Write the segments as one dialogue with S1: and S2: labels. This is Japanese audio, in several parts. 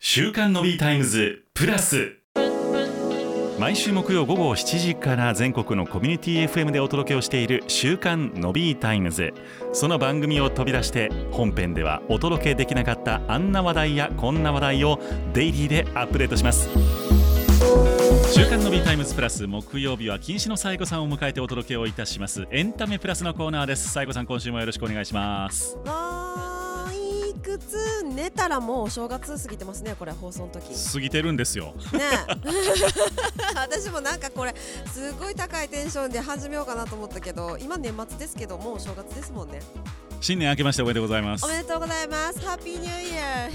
S1: 週刊のビータイムズプラス毎週木曜午後7時から全国のコミュニティ FM でお届けをしている週刊のビータイムズその番組を飛び出して本編ではお届けできなかったあんな話題やこんな話題をデイリーでアップデートします週刊のビータイムズプラス木曜日は禁止のサイコさんを迎えてお届けをいたしますエンタメプラスのコーナーですサイコさん今週もよろしくお願いします
S2: わーいくつ寝たらもうお正月過ぎてますねこれ放送の時ね
S1: 過ぎてるんですよ
S2: え 私もなんかこれすごい高いテンションで始めようかなと思ったけど今年末ですけどもうお正月ですもんね
S1: 新年明けましておめでとうございます
S2: おめでとうございますハッピーニューイヤー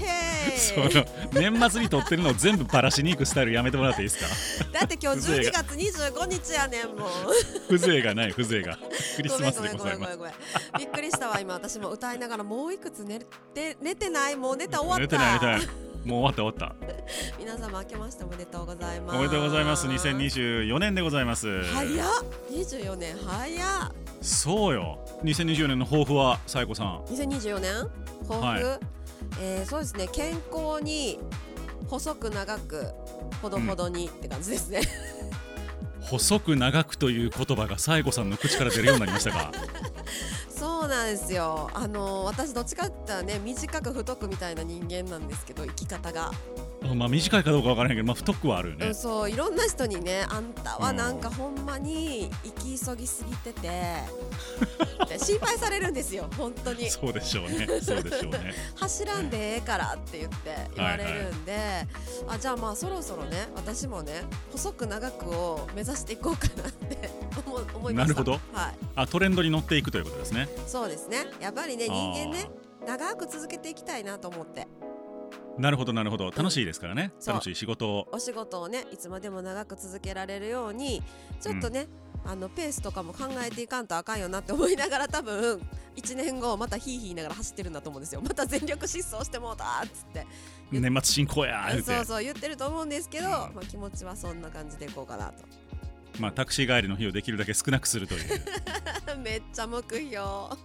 S1: そ
S2: ヘイ
S1: の年末に撮ってるのを全部バラしに行くスタイルやめてもらっていいですか
S2: だって今日
S1: 風情
S2: 12
S1: が
S2: 月25日やねんもう
S1: 風情がない風情がクリ
S2: ご
S1: ス
S2: め
S1: マ
S2: んご
S1: ス
S2: め
S1: で
S2: ん
S1: ござ
S2: ごめ
S1: い
S2: ん
S1: ま
S2: ごめ
S1: す
S2: んごめんびっくりしたわ今私も歌いながらもういくつ寝て寝てないもう寝た終わった
S1: 寝てない寝てないもう終わった終わっ
S2: 皆様明けましておめでとうございま
S1: た
S2: す
S1: おめでとうございます2024年でございます
S2: 早っ24年早っ
S1: そうよ2024年の抱負はさえこさん
S2: 2024年抱負、
S1: は
S2: えーそうですね健康に細く長くほどほどにって感じですね、
S1: 細く長くという言葉がさえこさんの口から出るようになりましたが
S2: そうなんですよあのー私どっちかって言ったらね短く太くみたいな人間なんですけど生き方が、
S1: まあ短いかどうかわからないけどまあ太くはあるよ
S2: う
S1: ね
S2: ん、そういろんな人にねあんたはなんかほんまに行き急ぎすぎ ててって心配されるんですよ本当に
S1: そうでしょうねそうでしょうね
S2: 走らんでええからって言って言われるんで、あじゃあまあそろそろね私もね細く長くを目指していこうかなって 思思い
S1: な
S2: ました
S1: るほど
S2: はい、
S1: あトレンドに乗っていくということですね
S2: そうですねやっぱりね
S1: あ
S2: 人
S1: ー
S2: 間ね長く続けていきたいなと思って
S1: なるほどなるほど楽しいですからね
S2: そう
S1: 楽しい仕事を
S2: お仕事をねいつまでも長く続けられるようにちょっとね、あのペースとかも考えていかんとあかんよなって思いながら多分1年後またヒーヒー言いながら走ってるんだと思うんですよまた全力疾走してもうたーっつって
S1: 年末進行やー言うて
S2: そうそう言ってると思うんですけど、
S1: うん
S2: まあ、気持ちはそんな感じでいこうかなと
S1: まあ、タクシー帰りの費用できるだけ少なくするという、
S2: めっちゃ目標あ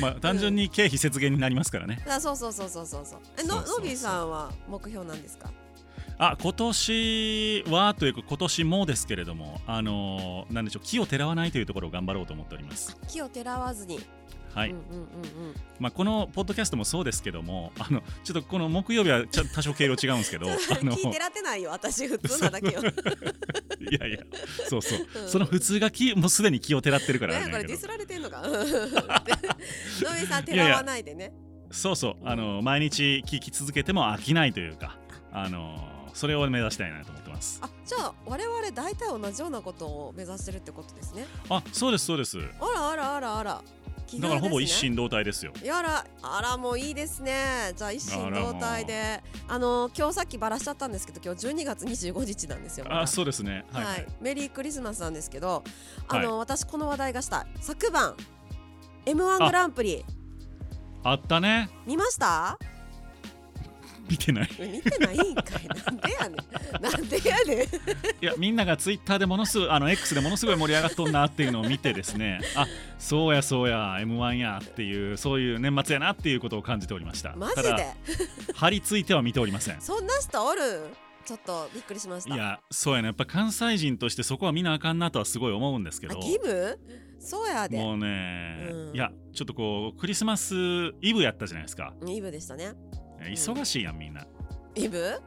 S1: まあ、単純に経費節減になりますからね。
S2: そうそうそうそうそうそうえ
S1: そうそ
S2: の
S1: うそう
S2: のびさんは目標なんですか
S1: あ今年はというか、今年もですけれども、あのーなんでしょう、木をてらわないというところを頑張ろうと思っております。
S2: 木をてらわずに、
S1: はい
S2: うんうんうんうん
S1: まあ、このポッドキャストもそうですけども、あのちょっとこの木曜日はちょ多少経路違うんです けど、あの
S2: 聞いてらってないよ私普通なだけ よ、ね、
S1: いやいや、そうそう、
S2: うん
S1: その普通が木、もうすでに木をてらってるからあれ
S2: こ
S1: なんや
S2: れ
S1: け
S2: ディ
S1: ど
S2: スられてんのか のびさんてらわない でね
S1: そうそう、あのー毎日聞き続けても飽きないというか、あのーそれを目指したいなと思ってます。
S2: あじゃあ我々大体同じようなことを目指してるってことですね
S1: あそうです、そうです。
S2: あらあらあらあら奇
S1: だ
S2: 遇
S1: からほぼ一
S2: ですね
S1: 心同体ですよ。
S2: やらあらもういいですねじゃあ一心同体であの今日さっきバラしちゃったんですけど今日12月25日なんですよ、まだ
S1: あ、そうですね。は
S2: はいい、
S1: はい。
S2: メリークリスマスなんですけどあの、
S1: は
S2: 私この話題がしたい昨晩 m 1グランプリ
S1: あったね。
S2: 見ました
S1: 見てない。
S2: 見てないんかいなんでやねんなんでやねん
S1: いや、みんながツイッターでものすごい、あの X でものすごい盛り上がっとんなっていうのを見てですね。あ、そうやそうや、M1 やっていう、そういう年末やなっていうことを感じておりました。
S2: マジ
S1: た
S2: で
S1: だ張り付いては見ておりません。
S2: そんな人おるちょっとびっくりしまし
S1: い
S2: た
S1: や、そうやね。やっぱ関西人としてそこは見なあかんなとはすごい思うんですけ
S2: あ
S1: ど。
S2: ギブそうやで
S1: もうね、
S2: うん
S1: いやちょっとこうクリスマスイブやったじゃないですか
S2: イブでしたね
S1: 忙しいやんみんな、
S2: イブ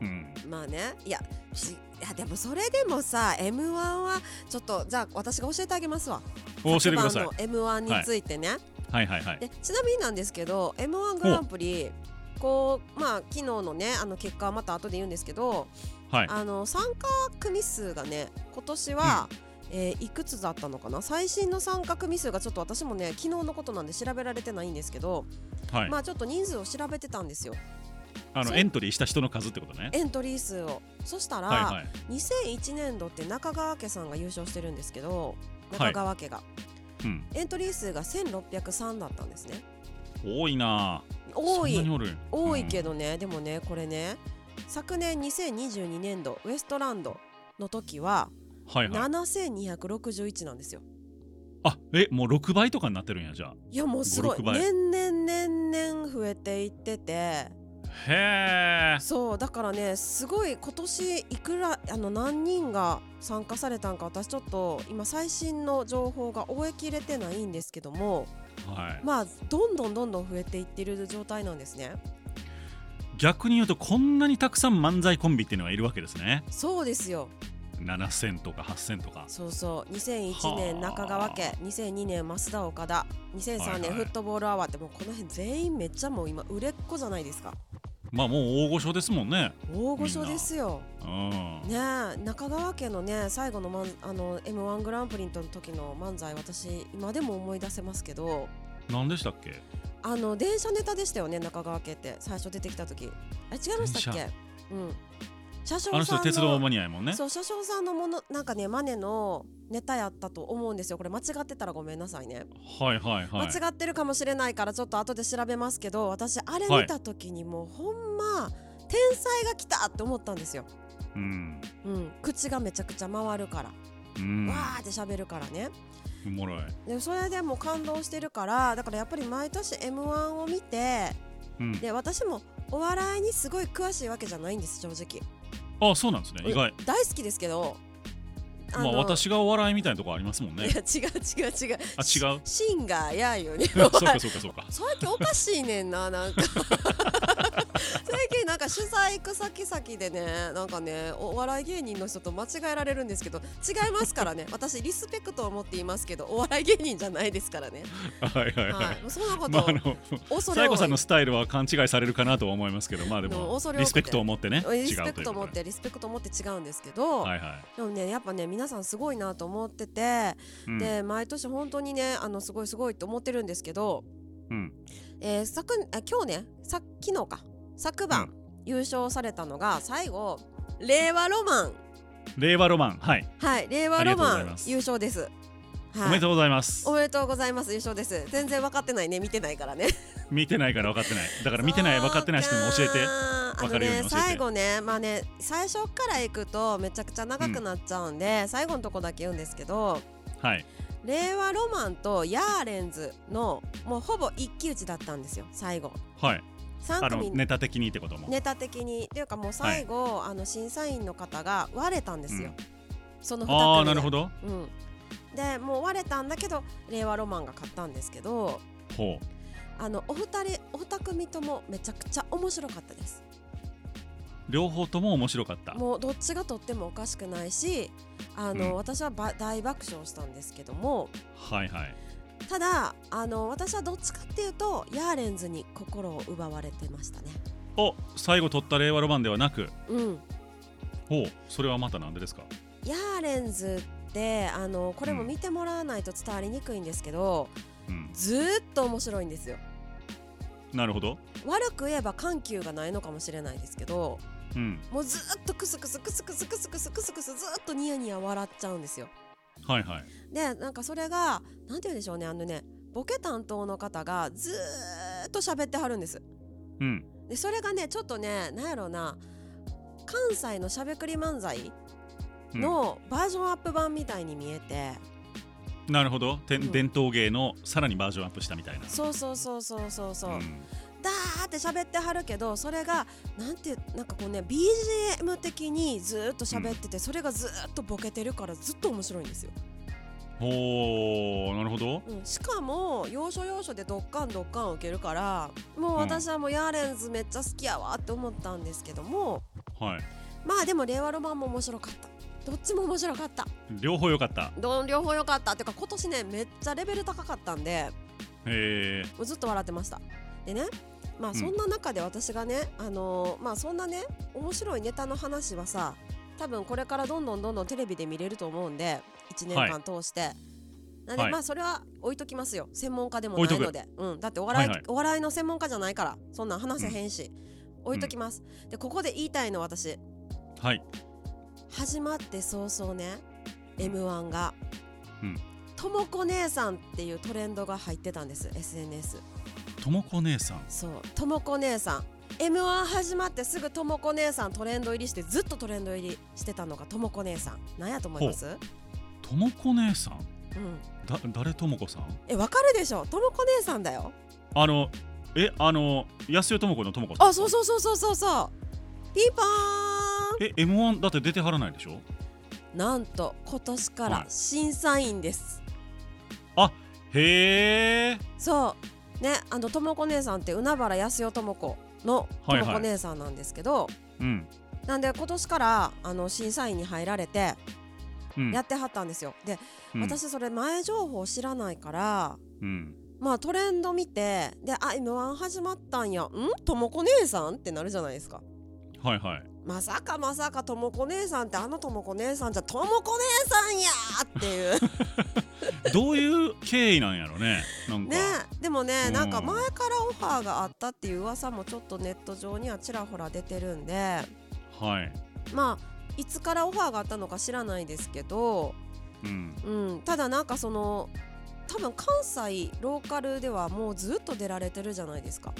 S1: うん、
S2: まあねいやしいやでもそれでもさ m 1はちょっとじゃあ私が教えてあげますわ
S1: お教えてください
S2: 昨晩の m 1についてね、
S1: はいはいはい
S2: でちなみになんですけど m 1グランプリこうまあ昨日のねあの結果はまた後で言うんですけど、
S1: はい
S2: あの参加組数がね今年は、えーいくつだったのかな最新の参加組数がちょっと私もね昨日のことなんで調べられてないんですけど、
S1: はい、
S2: まあちょっと人数を調べてたんですよ
S1: あ
S2: そ
S1: の
S2: う
S1: エントリーした人の数ってことね
S2: エントリー数をそしたら、
S1: はいはい
S2: 2001年度って中川家さんが優勝してるんですけど
S1: い
S2: 中川家が、
S1: うん、
S2: エントリー数が1603だったんですね
S1: 多いなあ
S2: 多
S1: そんなに
S2: い
S1: おる
S2: 多いけ
S1: ど、
S2: どね、でもねこれね昨年2022年度ウエストランドの時は
S1: うんはいはい
S2: 7261なんですよ
S1: あえもう6倍とかになってるんやじゃあ
S2: いやもうすごい
S1: 5 6倍
S2: 年々年々増えていってて
S1: へえ
S2: そうだからねすごい今年いくらあの何人が参加されたんか私ちょっと今最新の情報が追えきれてないんですけども
S1: はい
S2: まあどんどんどんどん増えていってる状態なんですね
S1: 逆に言うとこんなにたくさん漫才コンビっていうのがいるわけですね
S2: そうですよ
S1: 7000とか8000とか
S2: そうそう
S1: は
S2: 2001年
S1: あ
S2: 中川家2002年増田岡田2003
S1: はい
S2: 年
S1: はい
S2: フットボールアワーってもうこの辺全員めっちゃもう今売れっ子じゃないですか
S1: まあもう大御所ですもんね
S2: 大御所ですよ
S1: うん
S2: ねえ中川家のね最後の,、まん、あの m 1グランプリの時の漫才私今でも思い出せますけど
S1: 何でしたっけ
S2: あの電車ネタでしたよね中川家って最初出てきた時あれ違いましたっけ
S1: 電
S2: うん車掌
S1: あの人
S2: さん
S1: 鉄道マニアやもんね
S2: そう車掌さんのものなんかねマネのネタやったと思うんですよこれ間違ってたらごめんなさいね、
S1: はいはいはい
S2: 間違ってるかもしれないからちょっと後で調べますけど私あれ
S1: はい
S2: 見た時にもうほんま天才が来たって思ったんですよ、
S1: うん
S2: うん、口がめちゃくちゃ回るから、
S1: うん
S2: わーって喋るからね
S1: おもろい
S2: でそれでもう感動してるからだからやっぱり毎年 m 1を見て
S1: うん
S2: で私もお笑いにすごい詳しいわけじゃないんです正直
S1: あそうなんですね意外
S2: 大好きですけど
S1: まあ私がお笑いみたいなとこありますもん
S2: い
S1: ね
S2: や違う違う違う
S1: あ違う
S2: シンガーやよね
S1: そう かそうかそうか
S2: 最近おかしいねんななんか 最近なんか取材行く先々でねなんかねお笑い芸人の人と間違えられるんですけど違いますからね私リスペクトを持っていますけどお笑い芸人じゃないですからね
S1: はいはいは
S2: はい
S1: い
S2: もうそんなこと、
S1: まああの
S2: 恐
S1: サ
S2: れ
S1: イ
S2: 多
S1: コ
S2: い
S1: さんのスタイルは勘違いされるかなとは思いますけどまあで
S2: もう
S1: も
S2: 恐れ多くて
S1: リスペクトを持ってね
S2: リ
S1: 違
S2: スペ
S1: うと
S2: ク
S1: いう
S2: ト
S1: こ
S2: 持っ
S1: とで
S2: てリスペクト持って違うんですけど、
S1: はいはい
S2: でもねやっぱね皆さんすごいなと思ってて、
S1: うん
S2: で毎年本当にねあのすごいすごいと思ってるんですけど、
S1: うん
S2: えー、昨あ今日ねさ昨日か昨晩、優勝されたのが最後令和ロマン
S1: 令和ロマンはい
S2: はい令和ロ
S1: あ
S2: マ
S1: りがとうござい
S2: ン
S1: ます
S2: 優勝です。
S1: おめでと
S2: う
S1: うございます
S2: おめでとうございます優勝です全然分かってないね見てないからね
S1: 見てないから分かってないだから見てない分かってない人にも教えて
S2: あ
S1: 分
S2: の
S1: かるように
S2: ね
S1: 教えて
S2: 最後ねまあね最初から行くとめちゃくちゃ長くなっちゃうんで、最後のとこだけ言うんですけど
S1: はい
S2: 令和ロマンとヤーレンズのもうほぼ一騎打ちだったんですよ最後
S1: はいあ
S2: 3
S1: の
S2: 組
S1: ネタ的にってことも
S2: ネタ的にというかもう最後、あの審査員の方が割れたんですよ、その2組で
S1: ああなるほど
S2: うん、でもう割れたんだけど令和ロマンが勝ったんですけど
S1: ほう
S2: あのお二人お二組ともめちゃくちゃ面白かったです
S1: 両方とも面白かった
S2: もうどっちがとってもおかしくないしあの、
S1: うん
S2: 私はば大爆笑したんですけども
S1: はいはい
S2: ただあの私はどっちかっていうとヤーレンズに心を奪われてましたね
S1: お最後取った令和ロマンではなく
S2: うん
S1: ほうそれはまたなんでですか
S2: ヤーレンズってあのこれも見てもらわないと伝わりにくいんですけど、
S1: うん
S2: ずーっと面白いんですよ
S1: なるほど
S2: 悪く言えば緩急がないのかもしれないですけど
S1: うん
S2: もうずーっとクスクスクスクスクスクスクスクスずーっとニヤニヤ笑っちゃうんですよ
S1: はいはい
S2: でなんかそれがなんて言うんでしょうねあのねボケ担当の方がずーっと喋ってはるんです
S1: うん
S2: でそれがねちょっとねなんやろうな関西のしゃべくり漫才
S1: うん
S2: のバージョンアップ版みたいに見えて、
S1: なるほどて
S2: うん
S1: 伝統芸のさらにバージョンアップしたみたいな
S2: そうそうそうそうそうそう、
S1: ん
S2: だーって喋ってはるけどそれがなんてなんかこうね BGM 的にずーっと喋ってて、それがずーっとボケてるからずっと面白いんですよ、
S1: ほうなるほど
S2: うん、しかも要所要所でドッカンドッカン受けるからもう私はもうヤーレンズめっちゃ好きやわって思ったんですけども
S1: はい
S2: まあでも令和ロマンも面白かったどっちも面白かった
S1: 両方良かった
S2: どん両方良かったっていうか今年ねめっちゃレベル高かったんで
S1: えー
S2: もうずっと笑ってましたでねまあ
S1: ん
S2: そんな中で私がね、あのーまあそんなね面白いネタの話はさ多分これからどんどんどんどんテレビで見れると思うんで1年間通して、なんで、
S1: はい
S2: まあそれは置いときますよ専門家でもないのでうん、だってお笑い,、
S1: はいはい
S2: お笑いの専門家じゃないからそんなん話せへんし、置いときます、でここで言いたいの私
S1: はい
S2: 始まって早々ね m 1が
S1: うん
S2: ともこ姉さんっていうトレンドが入ってたんです SNS
S1: ともこ姉さん
S2: そうともこ姉さん m 1始まってすぐともこ姉さんトレンド入りしてずっとトレンド入りしてたのがともこ姉さんなんやと思いますうん
S1: ともこ姉さんだ誰ともこさん
S2: えわかるでしょともこ姉さんだよ
S1: あのえあの安代智子の智子さん
S2: あそうそうそうそうそうそうピンポーン
S1: え M1 だって出てはらないでしょ
S2: なんと今年か
S1: は
S2: ら
S1: い
S2: 審査員です、
S1: へえ
S2: そうねあのともこ姉さんって海原康代とも子のと
S1: はいはい
S2: もこ姉さんなんですけど、
S1: うん
S2: なんで今年からあの審査員に入られて
S1: うん
S2: やってはったんですよ、で、
S1: うん
S2: 私それ前情報知らないから
S1: うん
S2: まあトレンド見てで「あ m 1始まったんやんともこ姉さん?」ってなるじゃないですか。
S1: はいはい
S2: まさかまさかともこ姉さんってあのともこ姉さんじゃともこ姉さんやーっ ていう
S1: どういう経緯なんやろねなんか
S2: ねでもね、
S1: うん
S2: なんか前からオファーがあったっていう噂もちょっとネット上にはちらほら出てるんで
S1: はい
S2: まあいつからオファーがあったのか知らないですけど、
S1: うん
S2: うん、ただなんかその多分関西ローカルではもうずっと出られてるじゃないですか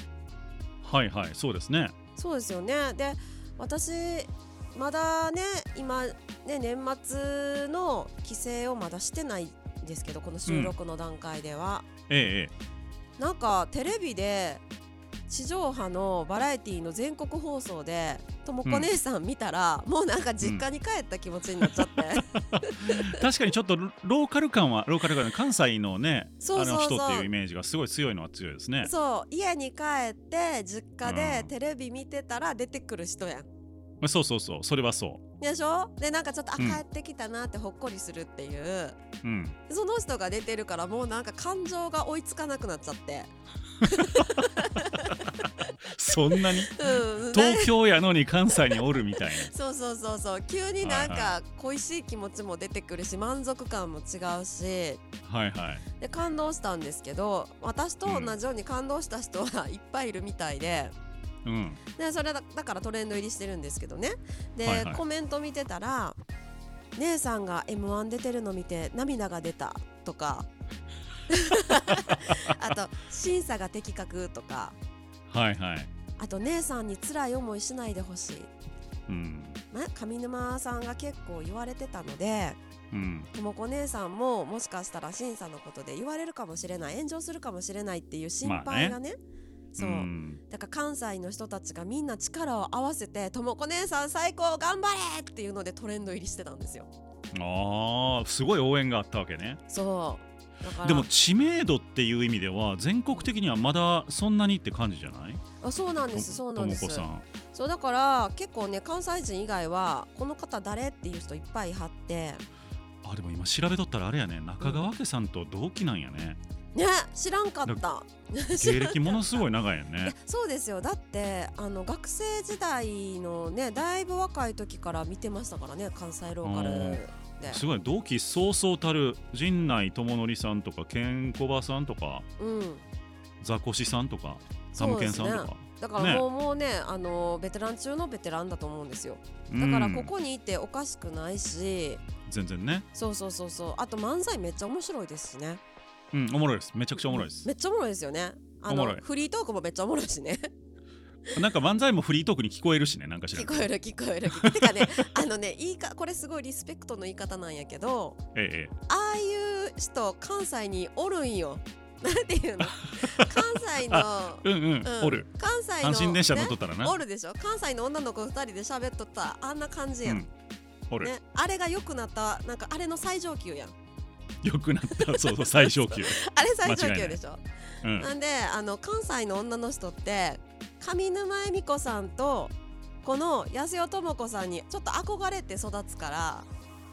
S1: はいはいそうですね
S2: そうですよねで私まだね今ね年末の帰省をまだしてないんですけどこの収録の段階では、
S1: ええ
S2: なんかテレビで地上波のバラエティの全国放送でともこ姉さん見たら、もうなんか実家に帰った気持ちになっちゃって、
S1: ええ確かにちょっとロローカル感はローカル感関西のね
S2: そうそうそう
S1: あの人っていうイメージがすごい強いのは強いですね
S2: そう家に帰って実家で
S1: うん
S2: テレビ見てたら出てくる人やん。
S1: そうそうそうそれはそ
S2: でしょでなんかちょっと、
S1: うん
S2: あ帰ってきたなってほっこりするっていう
S1: う うん
S2: その人が出てるからもうなんか感情が追いつかなくなっちゃって、
S1: そんな に
S2: うん、なんか
S1: 東京やのに関西におるみたい
S2: そうそうそうそう急になん
S1: はいは
S2: か恋しい気持ちも出てくるし満足感も違うし
S1: なはいはい
S2: で感動したんですけど私と同じように感動した人はいっぱいいるみたいで
S1: うん
S2: でそれだだからトレンド入りしてるんですけどねで、
S1: はいはい
S2: コメント見てたら「姉さんが m 1出てるの見て涙が出た」とか あと「審査が的確」とか
S1: はいはい
S2: あと「姉さんに辛い思いしないでほしい」
S1: うん
S2: ね、上沼さんが結構言われてたので
S1: うん
S2: ともこ姉さんももしかしたら審査のことで言われるかもしれない炎上するかもしれないっていう心配がね,、そう、
S1: ん
S2: だから関西の人たちがみんな力を合わせて「ともこ姉さん最高頑張れ!」っていうのでトレンド入りしてたんですよ
S1: あーすごい応援があったわけね
S2: そうだから
S1: でも知名度っていう意味では全国的にはまだそんなにって感じじゃない
S2: あそうなんです
S1: と
S2: そう
S1: と
S2: なん
S1: も
S2: で
S1: こ
S2: す
S1: さん
S2: そうだから結構ね関西人以外はこの方誰っていう人いっぱいはって
S1: あでも今調べとったらあれやね中川家さんと同期なんや ね、
S2: ね 知らんかった
S1: 芸歴ものすごい長いよね
S2: え そうですよだってあの学生時代のねだいぶ若い時から見てましたからね関西ローカルです
S1: ごい同期そうそうたる陣内智則さんとかケンコバさんとか
S2: うん
S1: ザコシさんとかサムケンさんと
S2: そうです
S1: か
S2: ね、だからもう,、もうねあのベテラン中のベテランだと思うんですよだからここにいておかしくないし、
S1: うん全然ね、
S2: そうそうそうそうあと漫才めっちゃ面白いですしね
S1: うん、おもろいですめちゃくちゃおもろいです
S2: めっちゃおもろいですよねあ
S1: おも
S2: の
S1: ろい
S2: フリートークもめっちゃおもろいし ね
S1: なんか漫才もフリートークに聞こえるしねなんか知ら
S2: 聞
S1: ん
S2: こえる聞こえる聞こえるてかねあのね言いかこれすごいリスペクトの言い方なんやけど
S1: ええ
S2: ああいう人関西におるんよ なん ていうの関西の、
S1: ええうんうん、
S2: うん
S1: おる
S2: 関西
S1: 阪
S2: の
S1: 神電車乗っ
S2: ね
S1: とったらな、
S2: おるでしょ関西の女の子二人で喋っとったらあんな感じ
S1: う
S2: やん、
S1: んおる、
S2: ね、あれが良くなったなんかあれの最上級 やん
S1: よくなったそう そう最小級、
S2: あれ最上級でしょ
S1: うん、
S2: なんであの関西の女の人って上沼恵美子さんとこの安代智子さんにちょっと憧れて育つから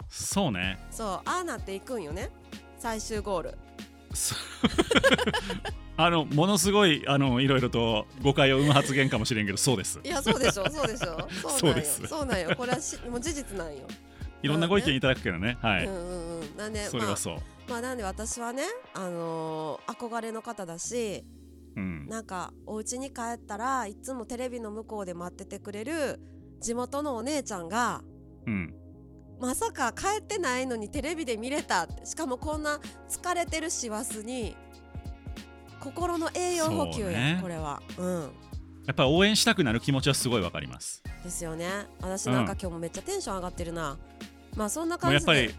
S1: そうね
S2: そうああなっていくんよね最終ゴール
S1: そあのものすごいあのいろいろと誤解を生む発言かもしれんけどそうです
S2: いやそうでしょそうでし ょ
S1: そ
S2: そう
S1: う
S2: なん
S1: で
S2: よ
S1: す
S2: そうなんよこれはしもう事実なんよ、
S1: いろんなご意見いただくけどねはい、
S2: うんうんうんなんで
S1: それはそう、
S2: まあ、まあなんで私はねあのー憧れの方だし
S1: うん、
S2: なんかお家に帰ったらいつもテレビの向こうで待っててくれる地元のお姉ちゃんが
S1: うん、
S2: まさか帰ってないのにテレビで見れたってしかもこんな疲れてる師走に心の栄養補給や、
S1: そうね
S2: これはうん
S1: やっぱり応援したくなる気持ちはすごいわかります
S2: ですよね私なんか今日もめっちゃテンション上がってるな、まあそんな
S1: もう
S2: 感
S1: やっ
S2: じ
S1: ぱ
S2: で
S1: り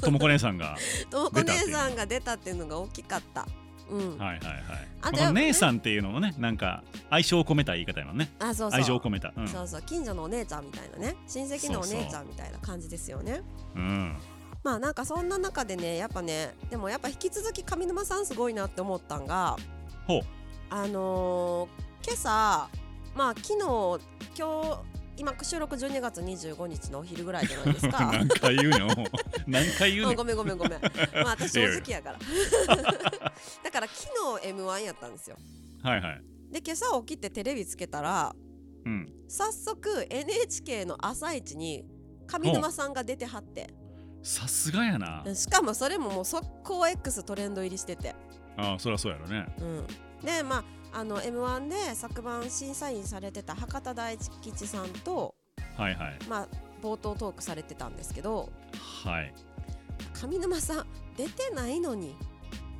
S1: ともこ姉さんが
S2: ともこ姉さんが出たっていうのが大きかったうん、
S1: はいはいはい
S2: あと
S1: この
S2: やっぱね
S1: 姉さんっていうのもねなんか愛情を込めた言い方やもんね
S2: あそうそう
S1: 愛情を込めたうん
S2: そうそう近所のお姉ちゃんみたいなね親戚のお姉ちゃんみたいな感じですよね
S1: うん
S2: まあなんかそんな中でねやっぱねでもやっぱ引き続き上沼さんすごいなって思ったんが
S1: ほう
S2: あのー今朝まあ昨日今日今収録12月25日のお昼ぐらいじゃないですか。
S1: 何回言うのもう何回言う
S2: あ
S1: の
S2: ごめんごめんごめん。まあ私正直やから。 だから昨日 M1 やったんですよ。
S1: はいはい
S2: で今朝起きてテレビつけたら
S1: うん
S2: 早速 NHK の朝一に上沼さんが出てはって
S1: さすがやな
S2: しかもそれももう速攻 X トレンド入りしてて
S1: あそりゃそうやろね
S2: うん、でまああの m 1で昨晩審査員されてた博多大吉さんと、
S1: はいはい
S2: まあ、冒頭トークされてたんですけど
S1: はい
S2: 上沼さん出てないのに、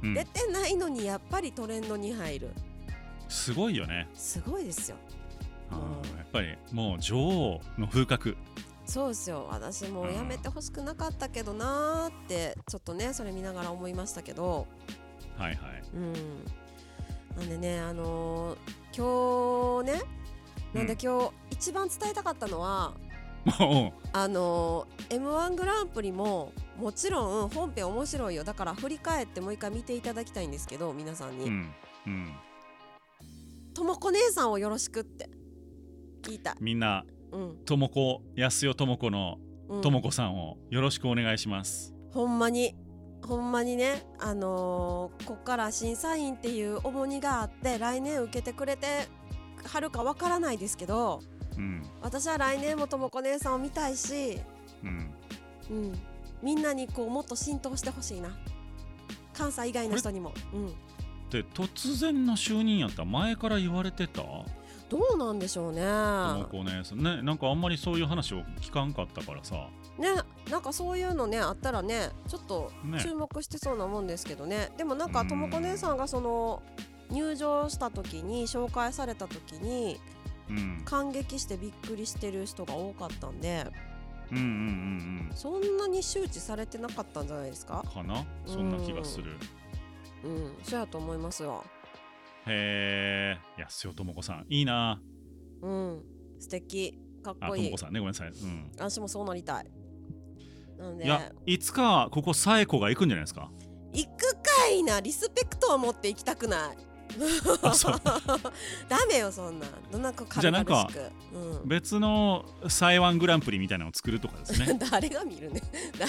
S1: うん
S2: 出てないのにやっぱりトレンドに入る
S1: すごいよね
S2: すごいですよ
S1: あ
S2: う
S1: ーやっぱりもう女王の風格
S2: そうですよ私もうやめてほしくなかったけどなーってちょっとねそれ見ながら思いましたけど
S1: はいはい
S2: うんなんでねあのー今日ねなんで今日一番伝えたかったのは、
S1: も
S2: あの m 1グランプリももちろん本編面白いよだから振り返ってもう一回見ていただきたいんですけど皆さん
S1: う
S2: に
S1: うんうん
S2: 「ともこ姉さんをよろしく」って言いたい。
S1: みんな
S2: うん
S1: ともこ安代とも子の
S2: うん、
S1: ともこさんをよろしくお願いします
S2: ほんまにほんまにねあのーこっから審査員っていう重荷があって来年受けてくれてはるかわからないですけど
S1: うん
S2: 私は来年もともこ姉さんを見たいし、
S1: うん
S2: うん、みんなにこうもっと浸透してほしいな関西以外の人にも。うん
S1: で突然の就任やったら前から言われてた
S2: どうなんでしょうね。
S1: ともこねねなんかあんまりそういう話を聞かんかったからさ
S2: ね、なんかそういうのねあったらね、ちょっと
S1: ね
S2: 注目してそうなもんですけどね。でもなんか
S1: うん
S2: ともこ姉さんがその入場した時に紹介された時に
S1: うん
S2: 感激してびっくりしてる人が多かったんで、
S1: うんうんうん
S2: そんなに周知されてなかったんじゃないですか
S1: うん。かなそんな気がする
S2: うん、そうやと思いますよ。
S1: へえ安代とも子さんいいな
S2: うん、素敵、かっ
S1: あ
S2: ことい
S1: も
S2: い
S1: こ。さんねごめんなさいうん
S2: 私もそうなりたい。なんで
S1: いやいつかここさえ子が行くんじゃないですか
S2: 行くかいなリスペクトを持って行きたくない
S1: あそう
S2: ダメよそんなんどんなこ
S1: じゃ
S2: 軽
S1: あな
S2: 々
S1: ん
S2: し
S1: か
S2: く、う
S1: 別のサイワングランプリみたいなのを作るとかです ね
S2: ん、誰が見るね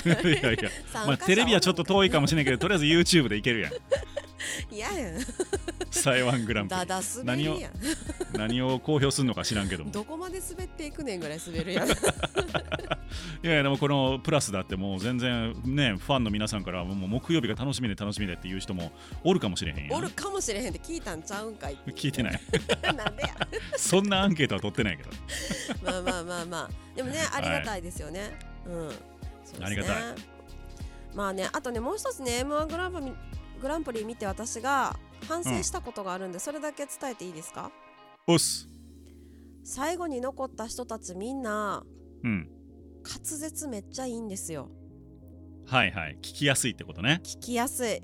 S1: いやいや、まあ、テレビはちょっと遠いかもしれないけどとりあえず YouTube でいけるやん
S2: いやや
S1: サイワングラン
S2: ん
S1: プ
S2: だ
S1: リ
S2: だ滑るやん
S1: 何を公表するのか知らんけども
S2: どこまで滑っていくねんぐらい滑るやん
S1: いやいやでもこのプラスだってもう全然ねファンの皆さんからもう木曜日が楽しみで楽しみでっていう人もおるかもしれへんやん
S2: おるかもしれへんって聞いたんちゃうんかい ってう
S1: 聞いてない
S2: なんでや
S1: そんなアンケートは取ってないけど
S2: まあまあまあまあでもねありがたいですよね、うんそうですね
S1: ありがたい
S2: まあねあとねもう一つね m 1グランプリグランプリ見て私が反省したことがあるんで、それだけ伝えていいですか
S1: おっす
S2: 最後に残った人たちみんな
S1: うん
S2: 滑舌めっちゃいいんですよ
S1: はいはい聞きやすいってことね
S2: 聞きやすい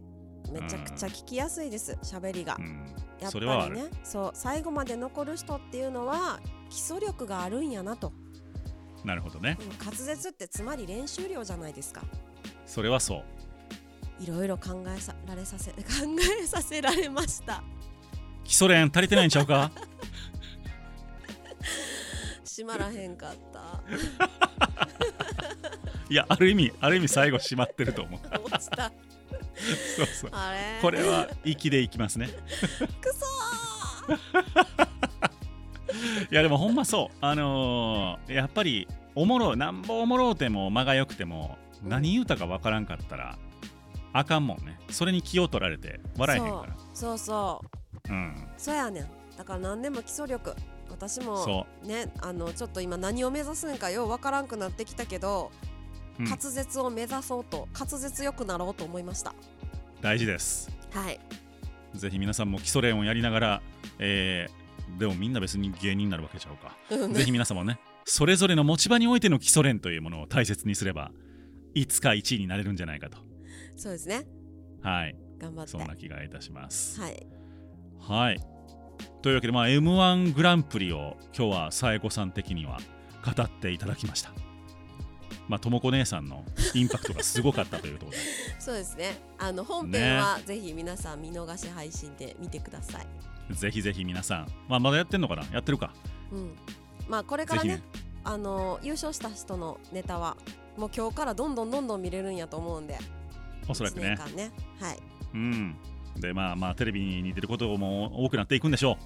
S2: めちゃくちゃ聞きやすいです喋りが、
S1: うん
S2: やっ
S1: それは
S2: ぱ
S1: あ
S2: り
S1: る
S2: ねそう最後まで残る人っていうのは基礎力があるんやなと
S1: なるほどね
S2: でも滑舌ってつまり練習量じゃないですか
S1: それはそう
S2: いろいろ考えさられさせ考えさせられま した
S1: 基礎練足りてないんちゃうか
S2: 閉まらへんかった
S1: いやある意味ある意味最後閉まってると思う
S2: 落ちた
S1: そうそう
S2: あれ
S1: これは息でいきますね
S2: くそー
S1: いやでもほんまそうあのーやっぱりおもろなんぼおもろうても間が良くても
S2: うん
S1: 何言うたかわからんかったらあかんもんねそれに気を取られて笑えへんから
S2: そうそう
S1: うん
S2: そうやねんだから何でも基礎力私も
S1: そ
S2: ねあのちょっと今何を目指すんかようわからんくなってきたけど、
S1: うん
S2: 滑舌を目指そうと滑舌よくなろうと思いました
S1: 大事です
S2: はい
S1: ぜひ皆さんも基礎練をやりながら、えーでもみんな別に芸人になるわけちゃうかぜひ皆様ねそれぞれの持ち場においての基礎練というものを大切にすればいつか1位になれるんじゃないかと
S2: そうですね
S1: はい
S2: 頑張って
S1: そんな気がいたします。
S2: はい
S1: はい。というわけで、まあ、M1 グランプリを今日はさえこさん的には語っていただきました。まあ、ともこ姉さんのインパクトがすごかったというところで。
S2: そうですねあの本編はぜひ皆さん見逃し配信で見てください、
S1: ぜひぜひ皆さん、まあ、まだやってんのかなやってるか。
S2: うんまあこれか
S1: ぜ
S2: ら
S1: ひ
S2: ねあの優勝した人のネタはもう今日からどんどんどんどん見れるんやと思うんで
S1: おそらく
S2: 一年
S1: ね。
S2: 間ねはい、
S1: うん。で、まあまあ、テレビに出ることも多くなっていくんでしょ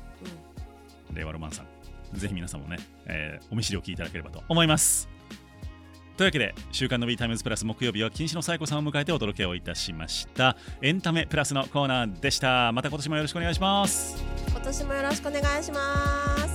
S2: うん
S1: う。令和ロマンさん。ぜひ皆さんもね、えーお見知りおきいただければと思います。というわけで、週刊の B タイムズプラス木曜日は禁止のサイコさんを迎えてお届けをいたしました。エンタメプラスのコーナーでした。また今年もよろしくお願いします。
S2: 今年もよろしくお願いします